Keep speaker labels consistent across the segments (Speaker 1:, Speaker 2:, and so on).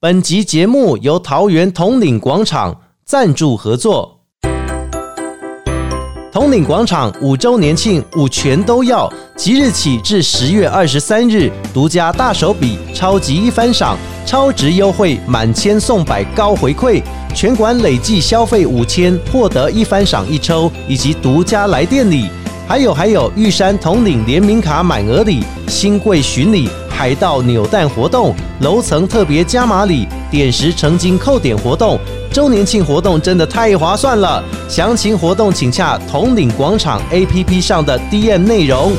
Speaker 1: 本集节目由桃园统领广场赞助合作。统领广场五周年庆，五全都要！即日起至十月二十三日，独家大手笔超级一番赏，超值优惠，满千送百高回馈，全馆累计消费五千，获得一番赏一抽，以及独家来电礼。还有还有，玉山统领联名卡满额礼、新贵巡礼、海盗扭蛋活动、楼层特别加码礼、点石成金扣点活动。周年庆活动真的太划算了，详情活动请洽统领广场 APP 上的 DM 内容。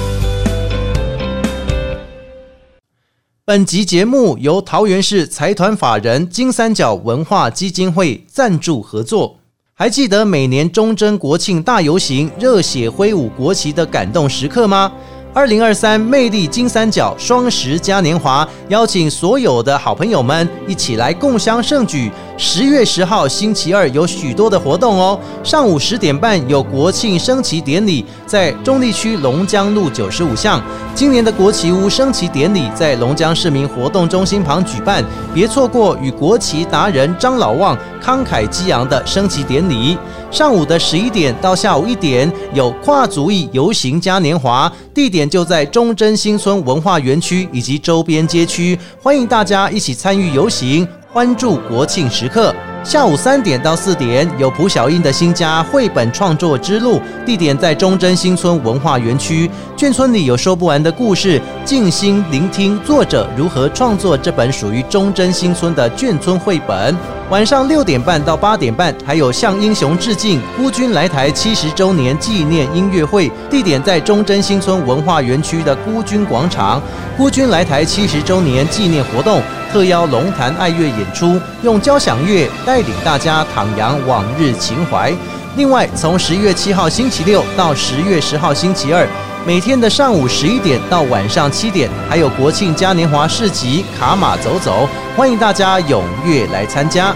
Speaker 1: 本集节目由桃园市财团法人金三角文化基金会赞助合作。还记得每年忠贞国庆大游行热血挥舞国旗的感动时刻吗？二零二三魅力金三角双十嘉年华，邀请所有的好朋友们一起来共襄盛举。十月十号星期二有许多的活动哦，上午十点半有国庆升旗典礼，在中立区龙江路九十五巷。今年的国旗屋升旗典礼在龙江市民活动中心旁举办，别错过与国旗达人张老旺慷慨激昂的升旗典礼。上午的十一点到下午一点有跨族裔游行嘉年华，地点就在忠贞新村文化园区以及周边街区，欢迎大家一起参与游行，欢助国庆时刻。下午三点到四点有蒲小英的新家绘本创作之路，地点在忠贞新村文化园区。眷村里有说不完的故事，静心聆听作者如何创作这本属于忠贞新村的眷村绘本。晚上六点半到八点半还有向英雄致敬孤军来台七十周年纪念音乐会，地点在忠贞新村文化园区的孤军广场。孤军来台七十周年纪念活动特邀龙潭爱乐演出，用交响乐带领大家徜徉往日情怀。另外，从十月七号星期六到十月十号星期二，每天的上午十一点到晚上七点，还有国庆嘉年华市集卡马走走，欢迎大家踊跃来参加。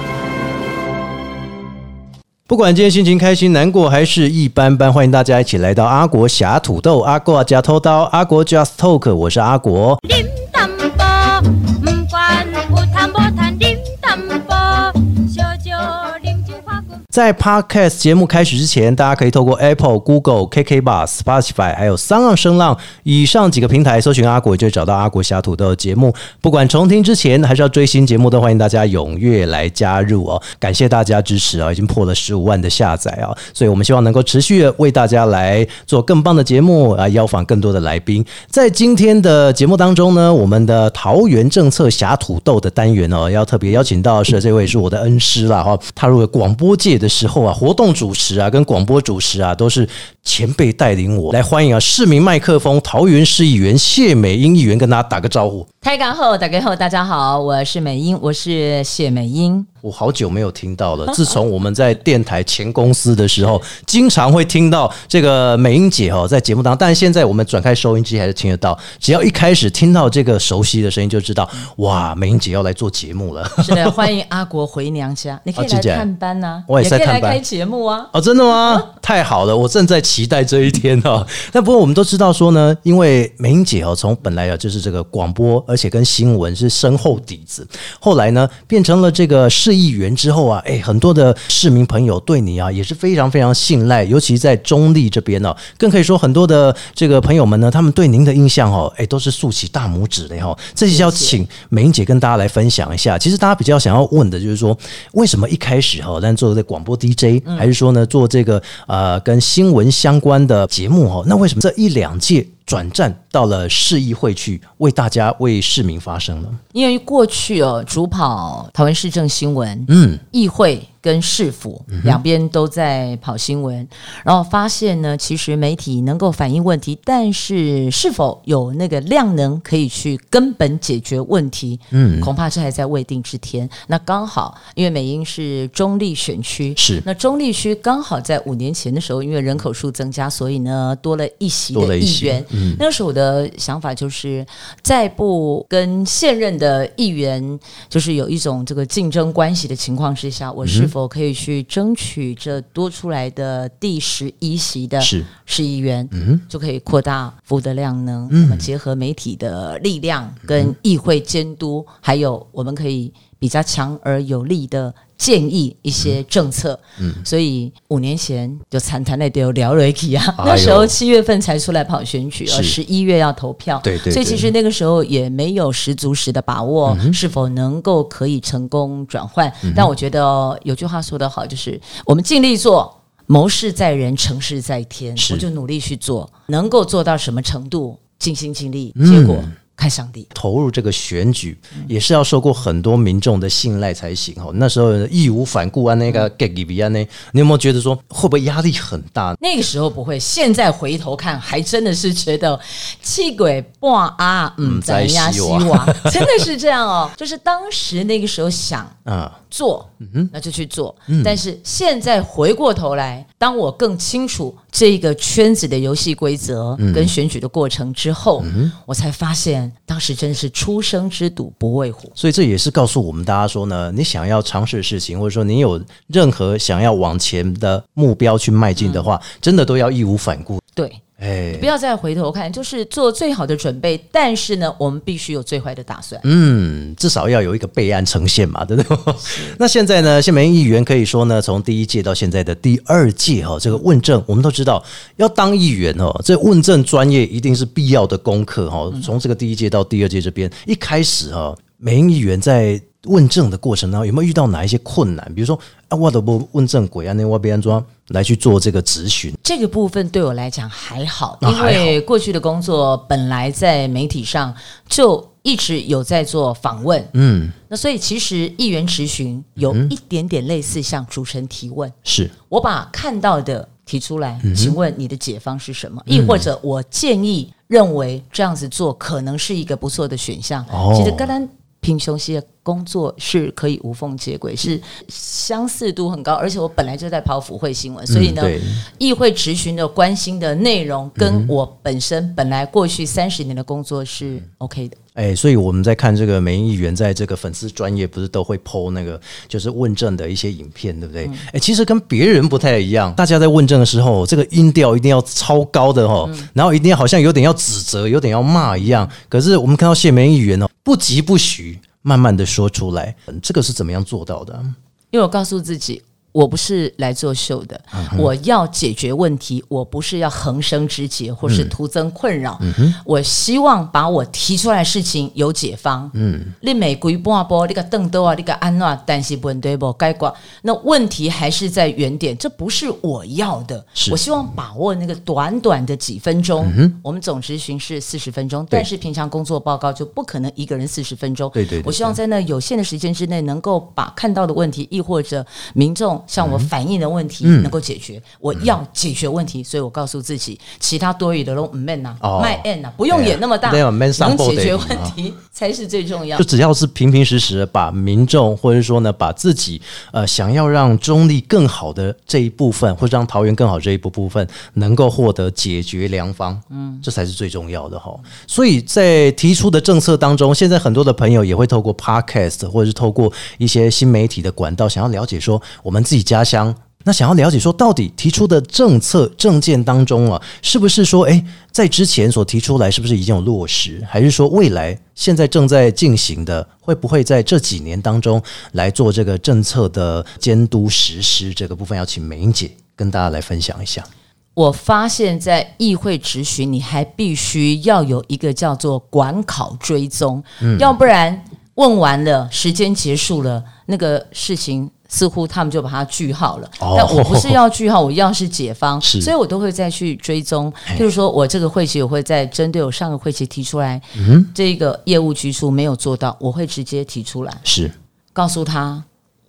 Speaker 1: 不管今天心情开心、难过还是一般般，欢迎大家一起来到阿国侠土豆、阿国加偷刀、阿国 Just Talk，我是阿国。
Speaker 2: điểm tâm bò mừng quan bù tham bò than điểm tâm bò cho cho điểm chữ khoa của
Speaker 1: 在 Podcast 节目开始之前，大家可以透过 Apple、Google、KK Bar、Spotify 还有三浪声浪以上几个平台搜寻阿果，就找到阿果侠土豆的节目。不管重听之前还是要追新节目，都欢迎大家踊跃来加入哦！感谢大家支持啊、已经破了十五万的下载啊、所以我们希望能够持续地为大家来做更棒的节目啊，邀访更多的来宾。在今天的节目当中呢，我们的桃园政策侠土豆的单元哦，要特别邀请到的是这位是我的恩师啦哈、踏入了广播界的时候啊，活动主持啊跟广播主持啊都是前辈带领我来欢迎啊市民麦克风桃园市议员谢美英议员跟大家打个招呼。
Speaker 3: 台港后，打开后，大家好，我是美英，我是谢美英。
Speaker 1: 我好久没有听到了。 自从我们在电台前公司的时候，经常会听到这个美英姐哦，在节目当中，但现在我们转开收音机还是听得到。只要一开始听到这个熟悉的声音，就知道哇，美英姐要来做节目了。
Speaker 3: 是的，欢迎阿国回娘家，你可以
Speaker 1: 啊真
Speaker 3: 来
Speaker 1: 假的
Speaker 3: 探班呐、
Speaker 1: 我也
Speaker 3: 也
Speaker 1: 是在
Speaker 3: 可以来
Speaker 1: 探班
Speaker 3: 开节目啊。
Speaker 1: 哦，真的吗？太好了，我正在期待这一天哦。 那不过我们都知道说呢，因为美英姐哦，从本来啊就是这个广播，而且跟新闻是深厚底子，后来呢变成了这个市议员之后啊，哎，很多的市民朋友对你啊也是非常非常信赖，尤其在中立这边哦，更可以说很多的这个朋友们呢，他们对您的印象哦，哎，都是竖起大拇指的哈、哦。这些要请美英姐跟大家来分享一下。其实大家比较想要问的就是说，为什么一开始哈、哦，但做这广播 DJ，、还是说呢做这个呃跟新闻相关的节目哈、哦？那为什么这一两届转战到了市议会去为大家为市民发声呢？
Speaker 3: 因为过去哦，主跑桃园市政新闻、
Speaker 1: 嗯，
Speaker 3: 议会跟市府两边都在跑新闻，然后发现呢，其实媒体能够反映问题，但是是否有那个量能可以去根本解决问题，嗯，恐怕这还在未定之天。那刚好，因为美英是中立选区，
Speaker 1: 是
Speaker 3: 那中立区刚好在五年前的时候，因为人口数增加，所以呢多了一席
Speaker 1: 多了
Speaker 3: 的
Speaker 1: 一
Speaker 3: 议
Speaker 1: 席嗯
Speaker 3: 员。那个时候我的想法就是，再不跟现任的议员就是有一种这个竞争关系的情况之下，我
Speaker 1: 嗯
Speaker 3: 是否可以去争取这多出来的第十一席的
Speaker 1: 是
Speaker 3: 市议员，嗯，就可以扩大服务的量能。
Speaker 1: 嗯
Speaker 3: 那么结合媒体的力量跟议会监督，还有我们可以。比较强而有力的建议一些政策。嗯，所以五年前就谈谈那丢聊了一起啊，
Speaker 1: 哎呦
Speaker 3: 那时候七月份才出来跑选举，而
Speaker 1: 是
Speaker 3: 十一月要投票，
Speaker 1: 对对嗯
Speaker 3: 所
Speaker 1: 对
Speaker 3: 以其实那个时候也没有十足十的把握是否能够可以成功转换。
Speaker 1: 嗯
Speaker 3: 但我觉得哦有句话说得好，就是我们尽力做。谋事在人，成事在天，
Speaker 1: 是
Speaker 3: 我就努力去做，能够做到什么程度，尽心尽力，结果看上帝。
Speaker 1: 投入这个选举，也是要受过很多民众的信赖才行哦。那时候义无反顾啊，那个 g a 比安呢，你有没有觉得说会不会压力很大？
Speaker 3: 那个时候不会，现在回头看，还真的是觉得气鬼半啊，嗯，
Speaker 1: 在
Speaker 3: 咱呀
Speaker 1: 西
Speaker 3: 西
Speaker 1: 瓦
Speaker 3: 瓦，啊 真的是这样哦。就是当时那个时候想
Speaker 1: 啊，
Speaker 3: 做，那就去做。
Speaker 1: 嗯
Speaker 3: 但是现在回过头来，当我更清楚这个圈子的游戏规则
Speaker 1: 嗯
Speaker 3: 跟选举的过程之后，我才发现当时真是初生之犊不畏虎。
Speaker 1: 所以这也是告诉我们大家说呢，你想要尝试的事情，或者说你有任何想要往前的目标去迈进的话，真的都要义无反顾。
Speaker 3: 对，
Speaker 1: 哎
Speaker 3: 不，要再回头看，就是做最好的准备，但是呢，我们必须有最坏的打算。
Speaker 1: 嗯，至少要有一个备案呈现嘛，对 不对？那现在呢，谢美英议员可以说呢，从第一届到现在的第二届哈、哦，这个问政，我们都知道，要当议员哦，这问政专业一定是必要的功课哈、哦。从这个第一届到第二届这边，一开始哈、哦，美英议员在问政的过程当中，有没有遇到哪一些困难？比如说啊，我都不问政鬼啊，那我被安装来去做这个咨询，
Speaker 3: 这个部分对我来讲还好，
Speaker 1: 啊
Speaker 3: 因为过去的工作本来在媒体上就一直有在做访问，
Speaker 1: 嗯，
Speaker 3: 那所以其实议员质询有一点点类似像主持人提问，
Speaker 1: 是
Speaker 3: 我把看到的提出来，
Speaker 1: 嗯
Speaker 3: 请问你的解方是什么？亦或者我建议认为这样子做可能是一个不错的选项。
Speaker 1: 哦
Speaker 3: 其实跟咱贫穷系的工作是可以无缝接
Speaker 1: 嗯
Speaker 3: 轨，是相似度很高，而且我本来就在跑府会新闻，所以呢
Speaker 1: 嗯、，对，嗯
Speaker 3: 议会质询的关心的内容跟我本身本来过去三十年的工作是 OK 的。
Speaker 1: 哎，所以我们在看这个美英议员在这个粉丝专业，不是都会 PO 那个就是问政的一些影片，对不对？哎、其实跟别人不太一样，大家在问政的时候，这个音调一定要超高的哦，然后一定要好像有点要指责，有点要骂一样。可是我们看到谢美英议员哦，不疾不徐，慢慢的说出来、嗯这个是怎么样做到的啊？
Speaker 3: 因为我告诉自己，我不是来作秀的，
Speaker 1: 啊
Speaker 3: 我要解决问题，我不是要横生枝节
Speaker 1: 嗯
Speaker 3: 或是徒增困扰。我希望把我提出来的事情有解方。嗯，你每规半波，你个邓多啊，你个安诺，但是问对不该挂，那问题还是在原点，这不是我要的。
Speaker 1: 是嗯
Speaker 3: 我希望把握那个短短的几分钟。我们总执行是四十分钟，
Speaker 1: 对
Speaker 3: 但是平常工作报告就不可能一个人四十分钟。
Speaker 1: 对对对
Speaker 3: 我希望在那有限的时间之内，能够把看到的问题，亦或者民众向我反映的问题，能够解
Speaker 1: 嗯
Speaker 3: 决。我要解决问题，所以我告诉自己，其他多余的都唔 man 呐
Speaker 1: 哦，
Speaker 3: 卖 n 呐，不用演那么大，
Speaker 1: 对啊，man 上
Speaker 3: 能
Speaker 1: 报
Speaker 3: 解
Speaker 1: 的
Speaker 3: 决
Speaker 1: 啊
Speaker 3: 问题才是最重要
Speaker 1: 就。只要是平平实实地把民众或者说呢，把自己呃想要让中立更好的这一部分，或者让桃园更好这一部分，能够获得解决良方，嗯，这才是最重要的哈。所以在提出的政策当中，现在很多的朋友也会透过 podcast 或者是透过一些新媒体的管道，想要了解说我们自己家乡。那想要了解说，到底提出的政策政见当中啊，是不是说，诶，在之前所提出来，是不是已经有落实，还是说未来现在正在进行的，会不会在这几年当中来做这个政策的监督实施这个部分？要请美英姐跟大家来分享一下。
Speaker 3: 我发现，在议会质询，你还必须要有一个叫做管考追踪，
Speaker 1: 嗯
Speaker 3: 要不然问完了，时间结束了，那个事情似乎他们就把它句号了。
Speaker 1: 哦
Speaker 3: 但我不是要句号，我要是解 方，
Speaker 1: 是
Speaker 3: 所以我都会再去追踪。
Speaker 1: 哎
Speaker 3: 譬如说我这个会期，我会在针对我上个会期提出来，
Speaker 1: 嗯
Speaker 3: 这个业务局处没有做到，我会直接提出来。
Speaker 1: 是，
Speaker 3: 告诉他，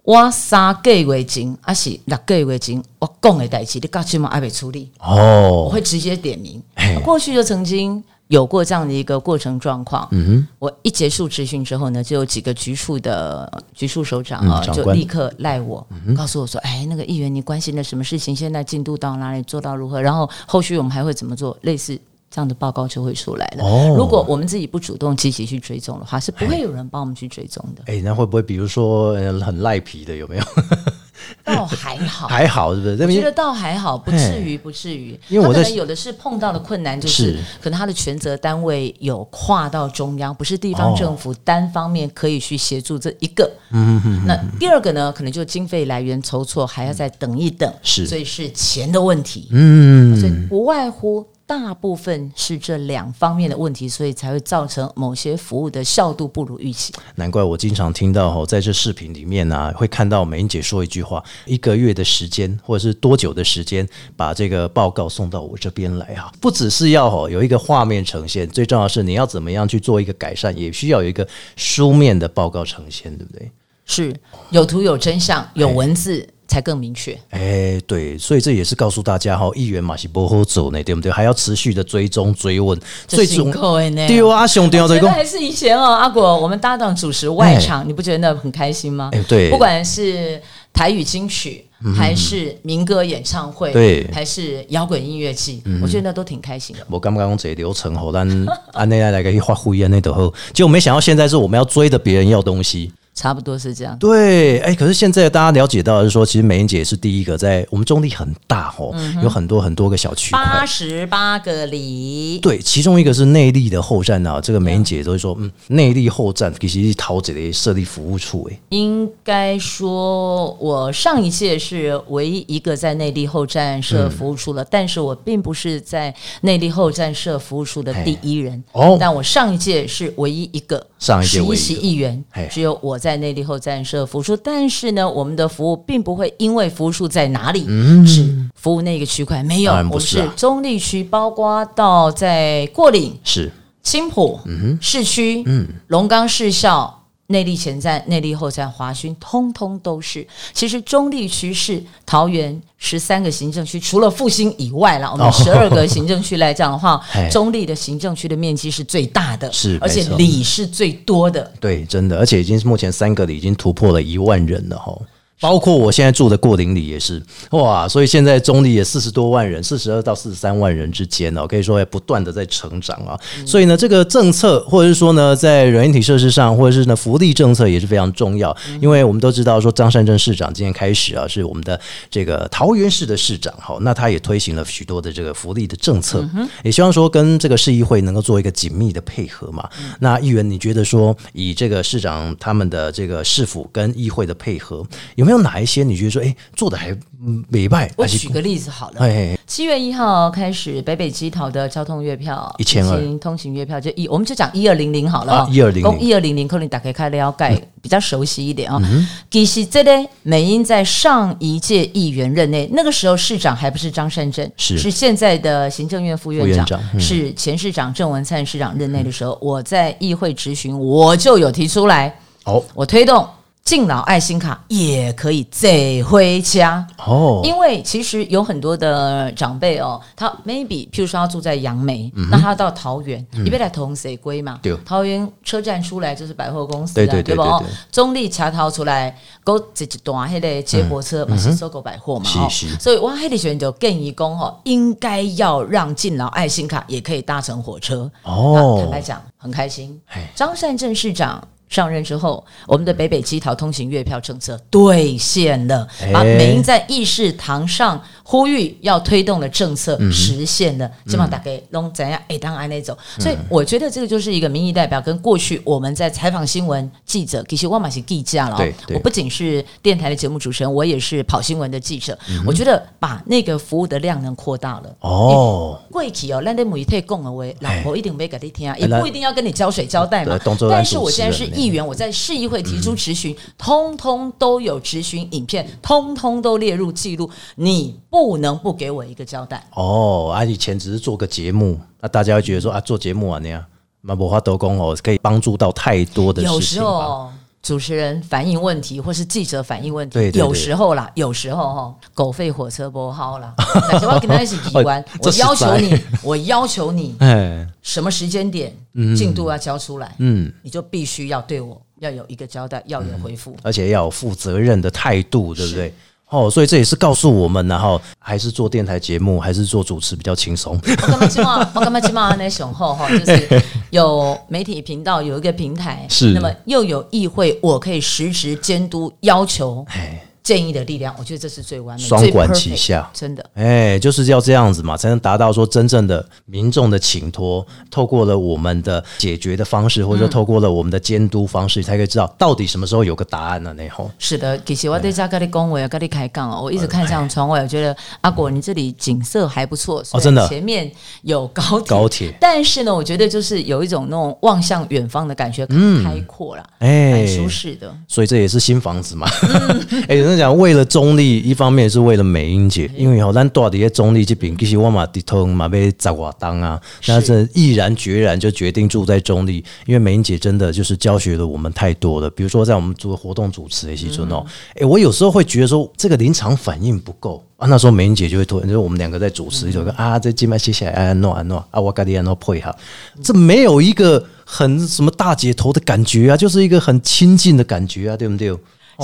Speaker 3: 我三个月前还是六个月前我讲的代志，你到今嘛还没处理，我
Speaker 1: 哦，
Speaker 3: 会直接点名
Speaker 1: 嘿。
Speaker 3: 过去就曾经有过这样的一个过程状况。嗯我一结束执询之后呢，就有几个局处的局处首长啊、
Speaker 1: 嗯长
Speaker 3: 就
Speaker 1: 官嗯
Speaker 3: 立刻赖我，告诉我说：“哎，那个议员，你关心的什么事情？现在进度到哪里？做到如何？然后后续我们还会怎么做？”类似。这样的报告就会出来了。
Speaker 1: 哦
Speaker 3: 如果我们自己不主动积极去追踪的话，是不会有人帮我们去追踪的。
Speaker 1: 哎，那会不会比如说呃很赖皮的有没有？
Speaker 3: 但倒还好，
Speaker 1: 还好是不是？
Speaker 3: 我
Speaker 1: 这
Speaker 3: 觉得
Speaker 1: 边
Speaker 3: 倒还好，不至于，不至于。
Speaker 1: 因为我
Speaker 3: 他
Speaker 1: 在
Speaker 3: 可能有的是碰到的困难，就是
Speaker 1: 是
Speaker 3: 可能他的权责单位有跨到中央，不是地
Speaker 1: 哦
Speaker 3: 方政府单方面可以去协助这一个。
Speaker 1: 嗯
Speaker 3: 那第二个呢，可能就经费来源筹措，还要再等一等。
Speaker 1: 是
Speaker 3: 所以是钱的问题，所以
Speaker 1: 嗯，
Speaker 3: 不外乎。大部分是这两方面的问题，所以才会造成某些服务的效度不如预期。
Speaker 1: 难怪我经常听到哦，在这视频里面呢、啊会看到美英姐说一句话：一个月的时间，或者是多久的时间，把这个报告送到我这边来啊？不只是要哦有一个画面呈现，最重要的是你要怎么样去做一个改善，也需要有一个书面的报告呈现，对不对？
Speaker 3: 是有图有真相，有文字才更明确。
Speaker 1: 哎，对，所以这也是告诉大家哈，议员马西波后走呢，对不对？还要持续的追踪追问，最重
Speaker 3: 够哎呢。
Speaker 1: 对啊，兄弟要
Speaker 3: 我
Speaker 1: 在
Speaker 3: 觉得
Speaker 1: 讲，
Speaker 3: 还是以前哦，阿果，我们搭档主持外场，你不觉得那很开心吗？
Speaker 1: 哎，对，嗯
Speaker 3: 不管是台语金曲，还是民歌演唱会，
Speaker 1: 对嗯
Speaker 3: 还是摇滚音乐季，我觉得那都挺开心的。
Speaker 1: 我刚刚用这流程 吼，但按内来来个发挥啊，那等候，结果没想到现在是我们要追的别人要东西。
Speaker 3: 差不多是这样。
Speaker 1: 对，哎，可是现在大家了解到的是说，其实美英姐也是第一个在我们中立很大吼，有很多很多个小区
Speaker 3: 八
Speaker 1: 块。
Speaker 3: 十八个里，
Speaker 1: 对，其中一个是内力的后站啊，这个美英姐都会说，嗯，内力后站其实是桃姐的设立服务处、哎，
Speaker 3: 应该说我上一届是唯一一个在内地后站设服务处了，但是我并不是在内地后站设服务处的第一人。
Speaker 1: 哦
Speaker 3: 但我上一届是唯一一个，
Speaker 1: 上一届
Speaker 3: 十
Speaker 1: 唯一一个
Speaker 3: 席议员
Speaker 1: 嘿，
Speaker 3: 只有我在内地后站设服务处。但是呢，我们的服务并不会因为服务处在哪里，只服务那个区块，没有，
Speaker 1: 嗯当然
Speaker 3: 我
Speaker 1: 不
Speaker 3: 们
Speaker 1: 是啊
Speaker 3: 是中立区，包括到在过岭、
Speaker 1: 是
Speaker 3: 青浦、
Speaker 1: 嗯
Speaker 3: 市区、龙岗市校、内坜前站、内坜后站、华勋，通通都是。其实中立区是桃园十三个行政区，除了复兴以 外啦，我们
Speaker 1: 哦
Speaker 3: 十二个行政区来讲的话
Speaker 1: 嘿，
Speaker 3: 中立的行政区的面积是最大的，
Speaker 1: 是
Speaker 3: 而且
Speaker 1: 没错
Speaker 3: 里是最多的。
Speaker 1: 对，真的，而且已经是目前三个里已经突破了一万人了哈。包括我现在住的过林里也是哇，所以现在中立也四十多万人，四十二到四十三万人之间哦，可以说也不断的在成长啊。所以呢，这个政策或者是说呢，在人体设施上，或者是呢福利政策也是非常重要，因为我们都知道说张善政市长今天开始啊，是我们的这个桃园市的市长哈，那他也推行了许多的这个福利的政策，
Speaker 3: 嗯
Speaker 1: 也希望说跟这个市议会能够做一个紧密的配合嘛。
Speaker 3: 嗯
Speaker 1: 那议员，你觉得说以这个市长他们的这个市府跟议会的配合，有没有哪一些你觉得说，哎、做的还嗯美败？
Speaker 3: 我
Speaker 1: 还是
Speaker 3: 举个例子好了，
Speaker 1: 哎，
Speaker 3: 七月一号开始，北北基桃的交通月票
Speaker 1: 1200
Speaker 3: 以及通行月票就一，我们就讲一二零零好了
Speaker 1: 啊1200
Speaker 3: 供一二零零，可能打开开了解比较熟悉一
Speaker 1: 嗯
Speaker 3: 点啊、其实这个美英在上一届议员任内，那个时候市长还不是张善政，
Speaker 1: 是
Speaker 3: 现在的行政院副院
Speaker 1: 副
Speaker 3: 长，
Speaker 1: 院长嗯
Speaker 3: 是前市长郑文灿市长任内的时候，我在议会质询，我就有提出来，
Speaker 1: 哦
Speaker 3: 我推动敬老爱心卡也可以再回家。
Speaker 1: 哦，
Speaker 3: 因为其实有很多的长辈哦，他 maybe 譬如说他住在杨梅，那他到桃园，你别来同谁归嘛
Speaker 1: 嗯对？
Speaker 3: 桃园车站出来就是百货公司
Speaker 1: 对
Speaker 3: 啊，
Speaker 1: 对对
Speaker 3: 不？
Speaker 1: 对
Speaker 3: 哦
Speaker 1: 对
Speaker 3: 中立桥头出来，go 一段迄个接驳车嘛是收购百货嘛哦，
Speaker 1: 嗯是是
Speaker 3: 所以我迄个时候就建议讲哦，应该要让敬老爱心卡也可以搭乘火车。那啊坦
Speaker 1: 哦
Speaker 3: 白，讲，很开心
Speaker 1: 哎。
Speaker 3: 张善政市长上任之后，我
Speaker 1: 嗯
Speaker 3: 们的北北基桃通行月票政策兑现了，
Speaker 1: 哎
Speaker 3: 把美英在议事堂上呼吁要推动的政策
Speaker 1: 嗯
Speaker 3: 实现了，这么大概弄怎样？哎，当然那种。
Speaker 1: 嗯
Speaker 3: 所以我觉得这个就是一个民意代表跟过去我们在采访新闻记者，其实我马是记者了哦
Speaker 1: 对，对
Speaker 3: 我不仅是电台的节目主持人，我也是跑新闻的记者。
Speaker 1: 嗯
Speaker 3: 我觉得把那个服务的量能扩大了。
Speaker 1: 哦，
Speaker 3: 过去哦，咱在媒体讲的话，老婆一定没给你听，也不一定要跟你交水交代嘛
Speaker 1: 哎对当作。咱
Speaker 3: 但是我现在
Speaker 1: 主持
Speaker 3: 是
Speaker 1: 人嗯
Speaker 3: 议员，我在市议会提出质询，通通都有质询影片，通通都列入记录，你不能不给我一个交代。
Speaker 1: 哦，啊，以前只是做个节目，那、大家会觉得说啊，做节目啊那样，那无法多讲哦，可以帮助到太多的事情吧。
Speaker 3: 有时候哦主持人反映问题，或是记者反映问题，
Speaker 1: 对对对，
Speaker 3: 有时候啦，有时候哈，狗吠火车拨号啦，但是我跟他一起提完
Speaker 1: 哦这
Speaker 3: 我
Speaker 1: 实在
Speaker 3: 要求你，我要求你
Speaker 1: 哎，
Speaker 3: 什么时间点进度要交出来。
Speaker 1: 嗯，
Speaker 3: 你就必须要对我要有一个交代，要有回复。
Speaker 1: 而且要有负责任的态度，对不对？哦，所以这也是告诉我们，然后还是做电台节目，还是做主持比较轻松。
Speaker 3: 我干嘛今晚？我干嘛今晚那雄 厚哈？就是有媒体频道，有一个平台，
Speaker 1: 是
Speaker 3: 那么又有议会，我可以实时监督要求
Speaker 1: 哎，
Speaker 3: 建议的力量，我觉得这是最完美、
Speaker 1: 双
Speaker 3: 最
Speaker 1: 管
Speaker 3: perfect
Speaker 1: 齐下
Speaker 3: 真的。
Speaker 1: 哎，就是要这样子嘛，才能达到说真正的民众的请托。透过了我们的解决的方式，或者说透过了我们的监督方式，才可以知道到底什么时候有个答案了、那后
Speaker 3: 是的，其实我对家跟你恭维，跟你开杠
Speaker 1: 哎
Speaker 3: 哦，我一直看向窗外，我觉得阿果你这里景色还不错虽然
Speaker 1: 哦真的
Speaker 3: 前面有高铁，
Speaker 1: 高铁
Speaker 3: 但是呢，我觉得就是有一种那种望向远方的感觉，很开阔啦，
Speaker 1: 哎
Speaker 3: 蛮，舒适的。
Speaker 1: 所以这也是新房子嘛。 哎，有人讲为了中立，一方面也是为了美英姐，因为吼哦咱住伫个中立这边，其实我嘛伫通嘛被十瓦当啊，那这毅然决然就决定住在中立，因为美英姐真的就是教学了我们太多了。比如说在我们做活动主持的时阵哦，
Speaker 3: 嗯
Speaker 1: 哎、我有时候会觉得说这个临场反应不够。啊，那时候美英姐就会突然，就是我们两个在主持一首歌、啊，这今麦接下来安诺安诺啊，我咖喱安诺配合，这没有一个很什么大姐头的感觉啊，就是一个很亲近的感觉啊，对不对？哦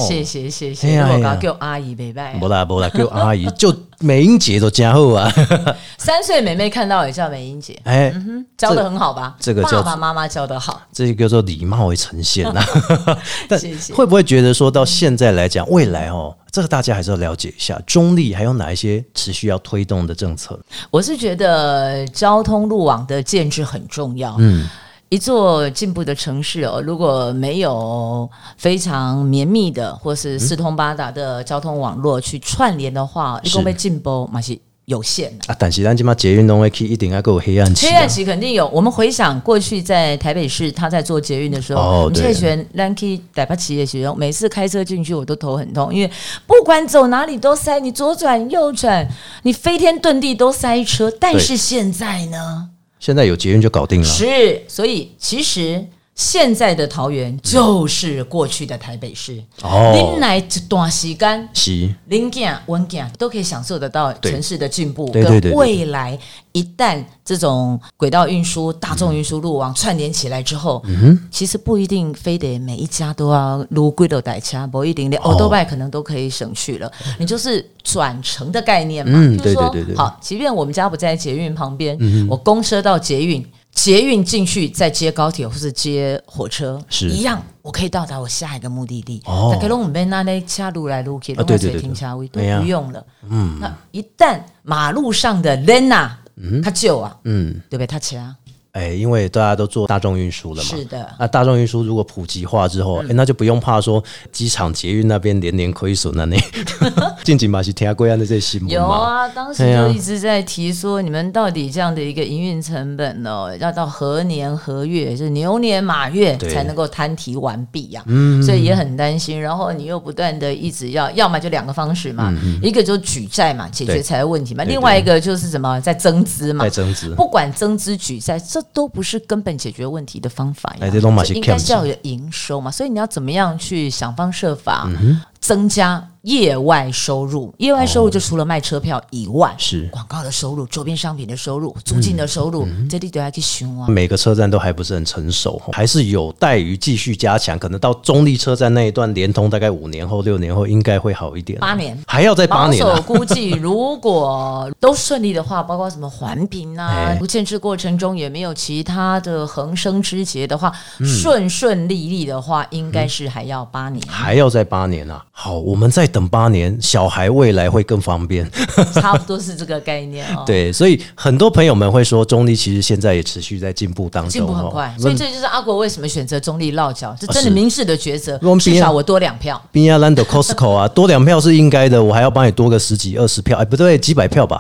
Speaker 3: 谢谢谢
Speaker 1: 哎
Speaker 3: 谢，
Speaker 1: 呀
Speaker 3: 我
Speaker 1: 哎
Speaker 3: 搞
Speaker 1: 呀
Speaker 3: 叫阿姨拜啊拜。
Speaker 1: 无啦无啦，叫阿姨，就美英姐都真好啊！
Speaker 3: 嗯三岁妹妹看到也叫美英姐，
Speaker 1: 哎，
Speaker 3: 教的很好吧？
Speaker 1: 这个叫
Speaker 3: 爸爸妈妈教的好，
Speaker 1: 这个叫做礼貌的呈现呐、啊。 但
Speaker 3: 嗯谢谢
Speaker 1: 会不会觉得说到现在来讲，未来哦，这个大家还是要了解一下，中立还有哪一些持续要推动的政策？
Speaker 3: 我是觉得交通路网的建制很重要。嗯。一座进步的城市哦，如果没有非常绵密的或是四通八达的交通网络去串联的话，一共被进步嘛是有限的。
Speaker 1: 啊，但嗯是咱今嘛捷运拢会去，一定要给我黑暗期、
Speaker 3: 黑
Speaker 1: 啊
Speaker 3: 暗。期肯定有。我们回想过去在台北市，他在做捷运的时候，
Speaker 1: 哦
Speaker 3: 我们
Speaker 1: 对
Speaker 3: 这群 Lanky 逮不起的学生，每次开车进去我都头很痛，因为不管走哪里都塞，你左转右转，你飞天遁地都塞车。但
Speaker 1: 对
Speaker 3: 是现在呢？
Speaker 1: 现在有捷运就搞定了。
Speaker 3: 是，所以其实现在的桃园就是过去的台北市。
Speaker 1: 哦
Speaker 3: 您，来一段时间，
Speaker 1: 是
Speaker 3: 零件、文件都可以享受得到城市的进步，
Speaker 1: 对对对对
Speaker 3: 跟未来一旦这种轨道运输、大众运输路网串联起来之后，
Speaker 1: 嗯
Speaker 3: 其实不一定非得每一家都要撸轨道代车，不一定的 a
Speaker 1: 哦
Speaker 3: u t o b i 可能都可以省去了。你就是转乘的概念嘛，
Speaker 1: 嗯
Speaker 3: 就是说
Speaker 1: 对对对对嗯
Speaker 3: 好，即便我们家不在捷运旁边，我公车到捷运。捷运进去，再接高铁或是接火车，
Speaker 1: 是
Speaker 3: 一样，我可以到达我下一个目的地。
Speaker 1: 哦
Speaker 3: 大概拢唔免那咧车路来路去，
Speaker 1: 啊
Speaker 3: 啊，
Speaker 1: 对
Speaker 3: 对
Speaker 1: 对对
Speaker 3: 对停车位都
Speaker 1: 哎呀
Speaker 3: 不用了。嗯，那一旦马路上的 Lena，他救啊，
Speaker 1: 嗯，
Speaker 3: 对不对？他骑啊，
Speaker 1: 哎，因为大家都做大众运输了嘛。
Speaker 3: 是的。嗯
Speaker 1: 那大众运输如果普及化之后，哎、那就不用怕说机场捷运那边连年亏损了 呢。近景嘛是听过安的这些新闻嘛。
Speaker 3: 有啊，当
Speaker 1: 哎
Speaker 3: 时
Speaker 1: 呀
Speaker 3: 就一直在提说，你们到底这样的一个营运成本哦，要到何年何月，就是牛年马月
Speaker 1: 对
Speaker 3: 才能够摊提完毕呀、所以也很担心。然后你又不断的一直要，要么就两个方式嘛，一个就举债嘛，解
Speaker 1: 对
Speaker 3: 决财务问题嘛；，
Speaker 1: 对
Speaker 3: 另外一个就是什么，在增资嘛
Speaker 1: 在，增资。
Speaker 3: 不管增资举债，这都不是根本解决问题的方法呀。
Speaker 1: 哎这都嘛是
Speaker 3: 应该
Speaker 1: camp
Speaker 3: 是要有营收嘛，所以你要怎么样去想方设法增加业外收入？业外收入就除了卖车票以外，
Speaker 1: 哦是嗯
Speaker 3: 广告的收入、周边商品的收入、租金的收入，这里都要去询啊。
Speaker 1: 每个车站都还不是很成熟，还是有待于继续加强。可能到中立车站那一段连通，大概五年后、六年后应该会好一点。
Speaker 3: 八年
Speaker 1: 还要再八
Speaker 3: 保
Speaker 1: 年、
Speaker 3: 守
Speaker 1: 啊，
Speaker 3: 估计，如果都顺利的话，包括什么环评啊
Speaker 1: 哎，
Speaker 3: 不建制过程中也没有其他的横生枝节的话，顺顺利利的话，应该是还要八年。
Speaker 1: 还要再八年啊！好，我们再等八年，小孩未来会更方便。
Speaker 3: 差不多是这个概念哦。，
Speaker 1: 对，所以很多朋友们会说，中立其实现在也持续在进步当中，
Speaker 3: 进步很
Speaker 1: 哦
Speaker 3: 快，
Speaker 1: 我
Speaker 3: 所以
Speaker 1: 们
Speaker 3: 这就是阿国为什么选择中立落脚，这真
Speaker 1: 是
Speaker 3: 的明智的抉择
Speaker 1: 我们。比
Speaker 3: 至少我多两票。
Speaker 1: 宾亚兰的 Costco 啊，多两票是应该的，我还要帮你多个十几、二十票，哎，不对，几百票吧。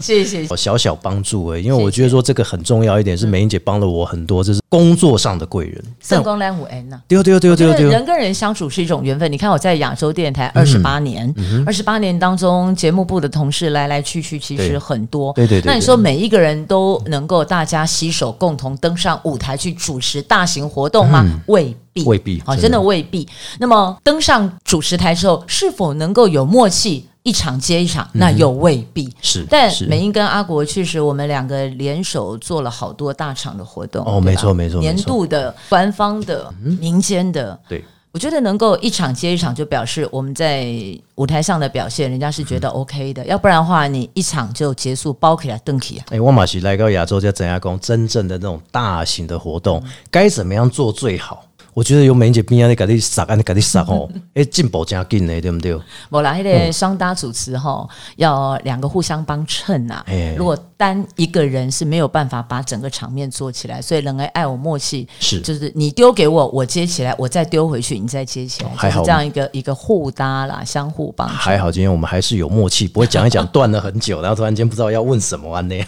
Speaker 3: 谢谢。
Speaker 1: 我小小帮助而已，因为我
Speaker 3: 谢谢嗯
Speaker 1: 觉得说这个很重要一点，是美英姐帮了我很多，这是工作上的贵人。
Speaker 3: 圣光蓝五 N 啊呐。
Speaker 1: 丢丢丢
Speaker 3: 因
Speaker 1: 丢
Speaker 3: 为
Speaker 1: 丢，
Speaker 3: 人跟人相处是一种缘分。你看我在亚洲
Speaker 1: 嗯
Speaker 3: 电台二十八年，二十八年当中，节目部的同事来来去去，其
Speaker 1: 对
Speaker 3: 实很多。
Speaker 1: 对对对
Speaker 3: 那你
Speaker 1: 对
Speaker 3: 说每一个人都能够大家携手共同登上舞台去主持大型活动吗？未必，
Speaker 1: 嗯未必
Speaker 3: 啊，
Speaker 1: 真的
Speaker 3: 真的未必。那么登上主持台之后，是否能够有默契？一场接一
Speaker 1: 嗯
Speaker 3: 场，那又未必。
Speaker 1: 是
Speaker 3: 但
Speaker 1: 是
Speaker 3: 美英跟阿国确实，我们两个联手做了好多大场的活动。
Speaker 1: 哦
Speaker 3: 对吧
Speaker 1: 没错没错没错
Speaker 3: 年度的、官方的、呃民间的，
Speaker 1: 对，
Speaker 3: 我觉得能够一场接一场，就表示我们在舞台上的表现，人家是觉
Speaker 1: 嗯
Speaker 3: 得 OK 的。要不然的话，你一场就结束，包起来瞪起啊。
Speaker 1: 哎、我马
Speaker 3: 嗯
Speaker 1: 是来到亚洲叫怎样讲真正的那种大型的活动，该怎么样做最好？我觉得有美姐边安尼甲你杀，安尼甲你杀 吼，诶，进步真紧诶，对毋对？
Speaker 3: 我啦，那
Speaker 1: 嗯
Speaker 3: 个双搭主持吼，要两个互相帮衬啊
Speaker 1: 嘿。
Speaker 3: 如果单一个人是没有办法把整个场面做起来，所以人爱爱我默契，
Speaker 1: 是
Speaker 3: 就是你丢给我，我接起来，我再丢回去，你再接起来，
Speaker 1: 哦还好
Speaker 3: 就是这样一个一个互搭啦，相互帮衬。
Speaker 1: 还好今天我们还是有默契，不会讲一 讲断了很久，然后突然间不知道要问什么安尼。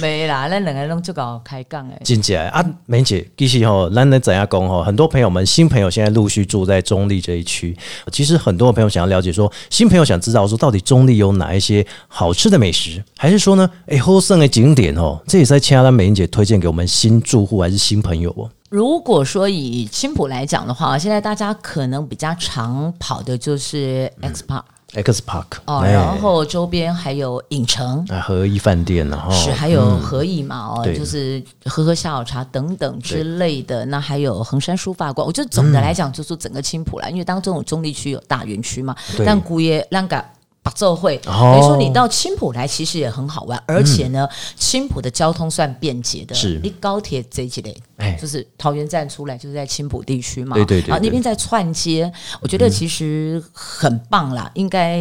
Speaker 3: 没啦，那两个人拢就搞开杠哎。
Speaker 1: 进姐啊，梅姐，其实吼，咱能怎样讲吼？很多朋友们，新朋友现在陆续住在中立这一区。其实很多朋友想要了解说，新朋友想知道说，到底中立有哪一些好吃的美食，还是说呢，哎、后生的景点哦？这也是在请咱美英姐推荐给我们新住户还是新朋友哦。
Speaker 3: 如果说以青浦来讲的话，现在大家可能比较常跑的就是 X Park、
Speaker 1: X Park
Speaker 3: 哦，
Speaker 1: 哎
Speaker 3: 然后周边还有影城。
Speaker 1: 啊，合一饭店，哦然后
Speaker 3: 是，还有合意嘛，哦，
Speaker 1: 嗯对
Speaker 3: 就是喝喝下午茶等等之类的。那还有衡山书法馆，我觉得总的来讲就是整个青浦啦，因为当中有中立区有大园区嘛
Speaker 1: 对，
Speaker 3: 但古也让个白奏会， 等
Speaker 1: 哦
Speaker 3: 于说你到青浦来其实也很好玩，而且呢，青浦的交通算便捷的，
Speaker 1: 是
Speaker 3: 你高铁这几类
Speaker 1: 哎，
Speaker 3: 就是桃园站出来就是在青浦地区嘛，
Speaker 1: 对对对
Speaker 3: 然后
Speaker 1: 对
Speaker 3: 那边在串街，我觉得其实很棒啦，应该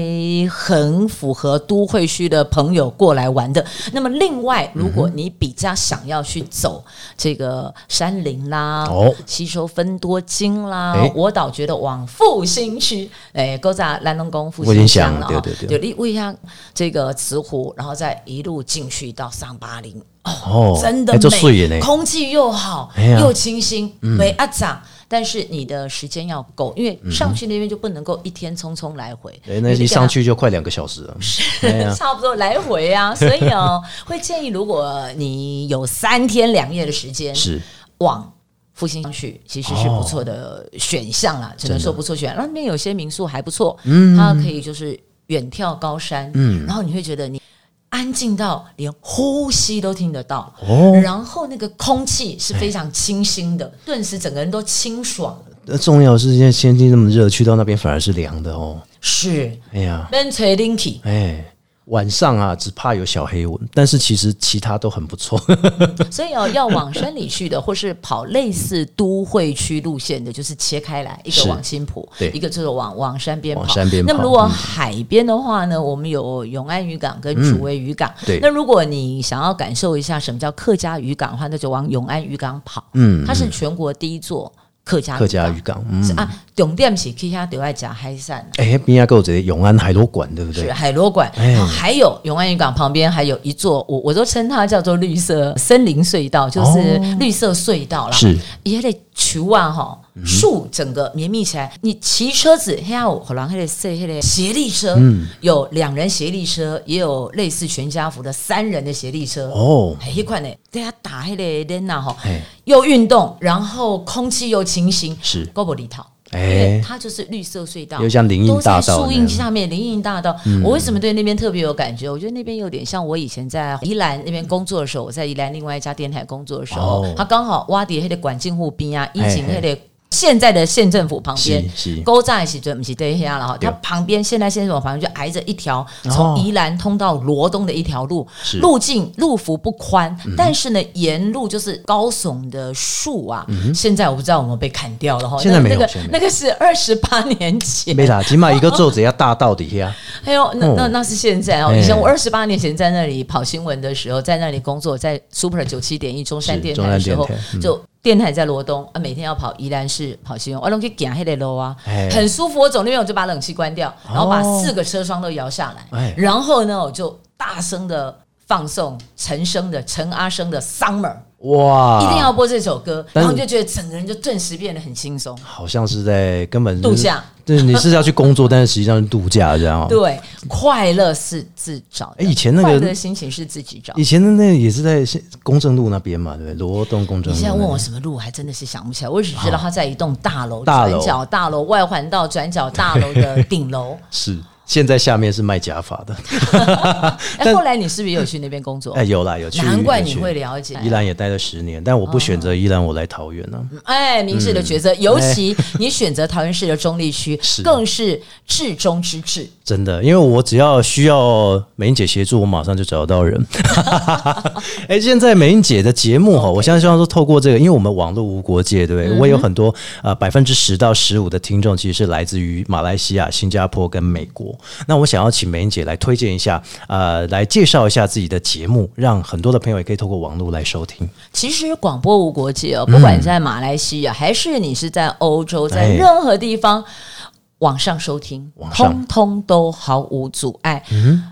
Speaker 3: 很符合都会区的朋友过来玩的。那么另外，如
Speaker 1: 嗯
Speaker 3: 果你比较想要去走这个山林啦、
Speaker 1: 哦
Speaker 3: 吸收芬多精啦，
Speaker 1: 哎
Speaker 3: 我倒觉得往复兴区，哎，勾在兰东宫复
Speaker 1: 我已经
Speaker 3: 兴乡
Speaker 1: 想
Speaker 3: 了
Speaker 1: 了
Speaker 3: 哈，
Speaker 1: 对对对
Speaker 3: 就立位下这个慈湖，然后再一路进去到上巴林。
Speaker 1: 哦，
Speaker 3: 真的
Speaker 1: 哎这
Speaker 3: 美，
Speaker 1: 水的呢，
Speaker 3: 空气又好，
Speaker 1: 哎呀嗯
Speaker 3: 又清新，没阿长。但是你的时间要够，因为上去那边就不能够一天匆匆来回。
Speaker 1: 哎，嗯那
Speaker 3: 你
Speaker 1: 一
Speaker 3: 得
Speaker 1: 上去就快两个小时了，哎
Speaker 3: 给他
Speaker 1: 呀，
Speaker 3: 差不多来 回啊，所以哦，会建议如果你有三天两夜的时间，
Speaker 1: 是
Speaker 3: 往复兴去，其实是不错的选项
Speaker 1: 哦
Speaker 3: 啦，只能说不错选。然后那边有些民宿还不错，嗯，它可以就是远眺高山，嗯，然后你会觉得你。安静到连呼吸都听得到，
Speaker 1: 哦
Speaker 3: 然后那个空气是非常清新的，顿时整个人都清爽了。
Speaker 1: 那重要的是现在天气那么热，去到那边反而是凉的哦。
Speaker 3: 是
Speaker 1: 哎呀，
Speaker 3: 闷吹冷气，
Speaker 1: 哎，晚上啊，只怕有小黑蚊，但是其实其他都很不错。
Speaker 3: 所以哦，要往山里去的，或是跑类似都会区路线的，就是切开来，一个
Speaker 1: 是
Speaker 3: 往新浦，
Speaker 1: 对
Speaker 3: 一个就是往往山边跑。
Speaker 1: 往山边跑
Speaker 3: 那么如果海边的话呢，我们有永安渔港跟竹围渔港。
Speaker 1: 嗯对
Speaker 3: 那如果你想要感受一下什么叫客家渔港的话，那就往永安渔港跑。
Speaker 1: 嗯
Speaker 3: 它是全国第一座客家
Speaker 1: 客家渔
Speaker 3: 渔
Speaker 1: 港，
Speaker 3: 港是
Speaker 1: 嗯，
Speaker 3: 啊，重点是去遐对外夹海产啊。
Speaker 1: 哎，边亚购这永安海螺馆，对不
Speaker 3: 是啊
Speaker 1: 对？
Speaker 3: 海螺馆，
Speaker 1: 哎
Speaker 3: 然后还有永安渔港旁边还有一座，我我都称它叫做绿色森林隧道，就是绿色隧道啦。
Speaker 1: 哦是嗯
Speaker 3: 伊迄个树啊吼，树整个绵密起来，你骑车子，还有可能迄个是迄个斜立车，
Speaker 1: 嗯
Speaker 3: 有两人斜立车，也有类似全家福的三人的斜立车。
Speaker 1: 哦，
Speaker 3: 哎，迄款呢，对他打迄个链呐吼
Speaker 1: 哎，
Speaker 3: 又运动，然后空气又清新，
Speaker 1: 是
Speaker 3: 够不离头。因为
Speaker 1: 哎，
Speaker 3: 它就是绿色隧道，
Speaker 1: 又像林荫大道
Speaker 3: 都在树
Speaker 1: 那样嗯
Speaker 3: 荫下面，林荫大道。我为什么对那边特别有感觉？我觉得那边有点像我以前在宜兰那边工作的时候，我在宜兰另外一家电台工作的时
Speaker 1: 哦，
Speaker 3: 候
Speaker 1: 哎
Speaker 3: 它刚好挖底那个管境户边啊，以前
Speaker 1: 嘿
Speaker 3: 那个现在的县政府旁边
Speaker 1: 是。是
Speaker 3: 勾在一起，对不起，对下了哈。
Speaker 1: 对
Speaker 3: 它旁边现在县政府旁边就挨着一条
Speaker 1: 哦
Speaker 3: 从宜兰通到罗东的一条路，
Speaker 1: 是嗯
Speaker 3: 路径路幅不宽，但是呢，沿路就是高耸的树啊。现在我不知道有没有被砍掉了哈。
Speaker 1: 嗯现在没有
Speaker 3: 那个
Speaker 1: 现在没有
Speaker 3: 那个是二十八年前，
Speaker 1: 没啦，起码一个作者要大道底下，
Speaker 3: 哎呦，那那
Speaker 1: 哦
Speaker 3: 那是现在哦。
Speaker 1: 哎
Speaker 3: 以前我二十八年前在那里跑新闻的时候，在那里工作，在 Super 九七点一中山
Speaker 1: 是
Speaker 3: 电
Speaker 1: 中山
Speaker 3: 台的时候
Speaker 1: 电台，嗯
Speaker 3: 就电台在罗东啊，每天要跑宜兰市跑新闻，我拢去行迄个路啊
Speaker 1: 哎，
Speaker 3: 很舒服。我走那边我就把冷气关掉，然后把
Speaker 1: 哦
Speaker 3: 四个车窗都摇下
Speaker 1: 哎
Speaker 3: 来，然后呢，我就大声的放送陈升的陈阿生的 Summer，
Speaker 1: 哇，
Speaker 3: 一定要播这首歌，
Speaker 1: 啊但
Speaker 3: 然
Speaker 1: 是
Speaker 3: 后你就觉得整个人就顿时变得很轻松。
Speaker 1: 好像是在根本
Speaker 3: 度假，
Speaker 1: 对，你是要去工作，但是实际上是度假这样哦。
Speaker 3: 对，啊快乐是自找的。
Speaker 1: 哎以前那个
Speaker 3: 快乐的心情是自己找的
Speaker 1: 以。前的那个也是在现公正路那边嘛，对不对？罗东公正
Speaker 3: 你
Speaker 1: 路
Speaker 3: 现
Speaker 1: 那
Speaker 3: 在
Speaker 1: 边。
Speaker 3: 问我什么路，我还真的是想不起来。我只知道它在一栋大楼
Speaker 1: 啊大楼
Speaker 3: 转角大楼外环道转角大楼的顶楼。
Speaker 1: 是现在下面是卖假发的，
Speaker 3: 哎，后来你是不是也有去那边工作？
Speaker 1: 哎，有啦有去，
Speaker 3: 难怪
Speaker 1: 有
Speaker 3: 你
Speaker 1: 去
Speaker 3: 会了解。嗯
Speaker 1: 宜兰也待了十年，但我不选择宜兰，我来桃园呢、
Speaker 3: 哎，明示的角色，尤其你选择桃园市的中立区，
Speaker 1: 嗯哎是
Speaker 3: 更是至中之至。
Speaker 1: 真的，因为我只要需要美英姐协助，我马上就找得到人。 哎、现在美英姐的节目哈，我相信希望说透过这个，因为我们网络无国界，对不对？我
Speaker 3: 嗯
Speaker 1: 有很多呃百分之十到十五的听众其实是来自于马来西亚、新加坡跟美国。那我想要请美英姐来推荐一下，呃，来介绍一下自己的节目，让很多的朋友也可以透过网络来收听。
Speaker 3: 其实广播无国界哦，不管在马来西亚，还是你是在欧洲，在
Speaker 1: 嗯哎
Speaker 3: 任何地方。网上收听，
Speaker 1: 网上嗯
Speaker 3: 通通都毫无阻碍。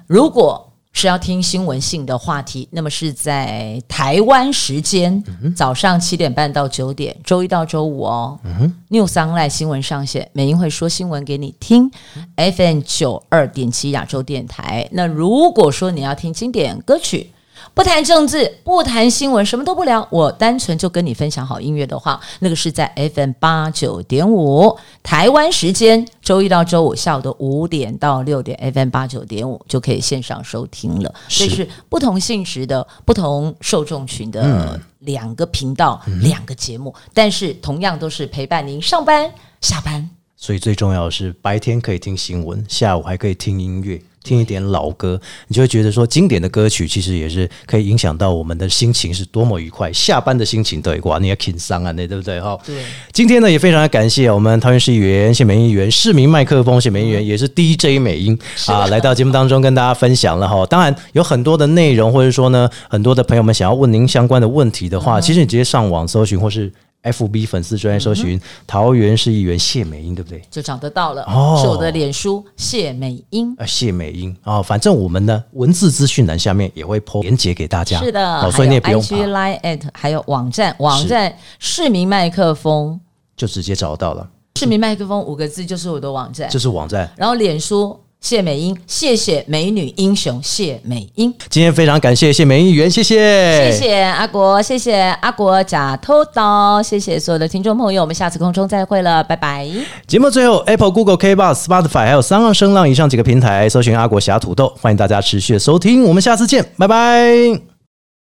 Speaker 3: 如果是要听新闻性的话题，那么是在台湾时间、
Speaker 1: 嗯
Speaker 3: 早上七点半到九点，周一到周五哦。New
Speaker 1: 嗯
Speaker 3: Sunlight 新闻上线，美英会说新闻给你听。FM
Speaker 1: 嗯
Speaker 3: 九二点七亚洲电台。那如果说你要听经典歌曲。不谈政治，不谈新闻，什么都不聊，我单纯就跟你分享好音乐的话，那个是在 FM 八九点五台湾时间，周一到周五下午的五点到六点，FM 八九点五就可以线上收听了。
Speaker 1: 是
Speaker 3: 这是不同性质的、不同受众群
Speaker 1: 嗯
Speaker 3: 的两个频道、两个节目，但是同样都是陪伴您上班、下班。
Speaker 1: 所以最重要的是，白天可以听新闻，下午还可以听音乐，听一点老歌，你就会觉得说，经典的歌曲其实也是可以影响到我们的心情是多么愉快。下班的心情对，哇，你也挺伤啊，那对不对哈？
Speaker 3: 对。
Speaker 1: 今天呢，也非常的感谢我们桃园市议员谢美议员、市民麦克风谢美议
Speaker 3: 嗯
Speaker 1: 员，也是 DJ 美英啊，来到节目当中跟大家分享了哈。当然有很多的内容，或者说呢，很多的朋友们想要问您相关的问题的话，
Speaker 3: 嗯
Speaker 1: 其实你直接上网搜寻或是。FB 粉丝专业搜
Speaker 3: 嗯
Speaker 1: 寻桃园市议员谢美英，对不对？
Speaker 3: 就找得到了，
Speaker 1: 哦
Speaker 3: 是我的脸书谢美英。
Speaker 1: 呃，谢美英啊、哦，反正我们呢文字资讯栏下面也会 po 连接给大家，
Speaker 3: 是的，
Speaker 1: 哦，
Speaker 3: 还有
Speaker 1: 所以你也不用怕
Speaker 3: IG、Line at，还有网站，网站市民麦克风，
Speaker 1: 就直接找到了，
Speaker 3: 市民麦克风五个字就是我的网站
Speaker 1: 这。是网站。
Speaker 3: 然后脸书谢美英，谢谢美女英雄谢美英，
Speaker 1: 今天非常感谢谢美英议员，谢谢，
Speaker 3: 谢。谢阿国，谢谢阿国假偷刀，谢谢所有的听众朋友，我们下次空中再会了，拜拜。
Speaker 1: 节目最后，Apple、Google、K b o x Spotify 还有三浪声浪以上几个平台搜寻阿国侠土豆，欢迎大家持续的收听，我们下次见，拜拜。